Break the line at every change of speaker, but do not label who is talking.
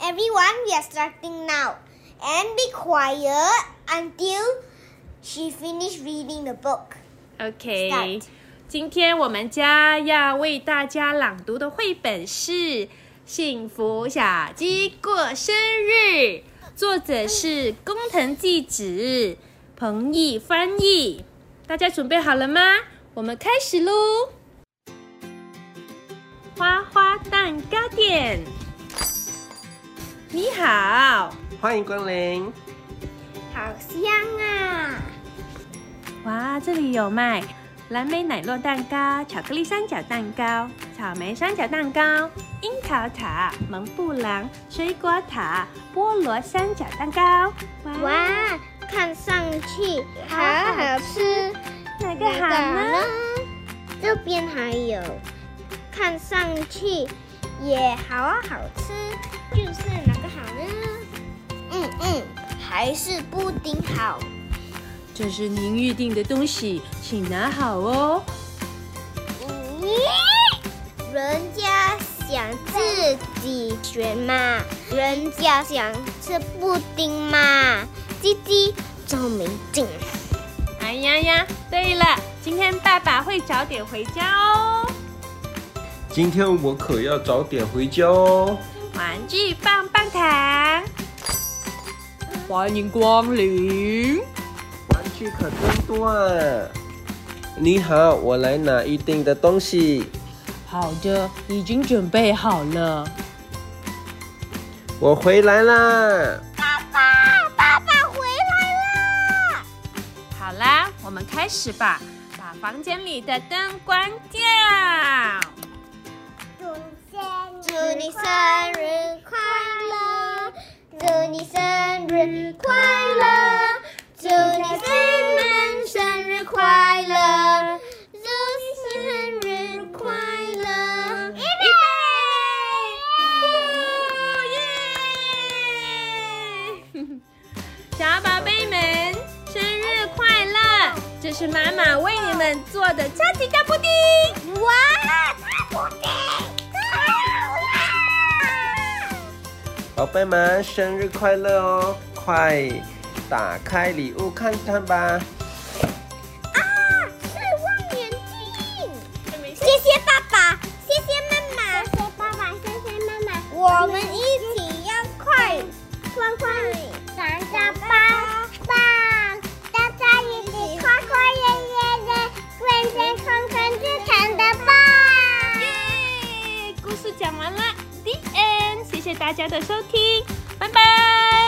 everyone, we are starting now. And be quiet until she finished reading the book.
OK，
Start
今天我们家要为大家朗读的绘本是《幸福小鸡过生日》，作者是工藤纪子，彭毅翻译。大家准备好了吗？我们开始喽！花花蛋糕店，你好，
欢迎光临，
好香啊！
哇，这里有卖蓝莓奶酪蛋糕、巧克力三角蛋糕、草莓三角蛋糕、樱桃塔、蒙布朗水果塔、菠萝三角蛋糕。哇，
哇，看上去好好吃。
哪个好呢？？
这边还有，看上去也好好吃，就是哪个好呢？嗯嗯，还是布丁好。
这是您预定的东西，请拿好哦。
咦嗯人家想自己学嘛，人家想吃布丁嘛，鸡鸡照明镜。
哎呀呀，对了，今天爸爸会早点回家哦。
今天我可要早点回家哦。
玩具棒棒糖，欢迎光临。
玩具可真多啊！你好，我来拿预定的东西。
好的，已经准备好了。
我回来啦！
爸爸，爸爸回来啦！
好啦，我们开始吧，把房间里的灯关掉。
祝你生日快乐，祝你生日快乐，祝你生日生日快乐，祝你生日快乐！预备，
小宝贝们，生日快乐！这是妈妈为你们做的超级大布丁。
哇，大布丁，太好了！
宝贝们，生日快乐哦！快打开礼物看看吧。
啊，是望远镜。谢谢爸爸，谢谢妈妈，谢谢爸爸，谢谢妈妈。我们一起要快快快长大吧！吧，大家一起快快乐乐的，健健康康的长大吧！
耶，故事讲完了，The End。谢谢大家的收听，拜拜。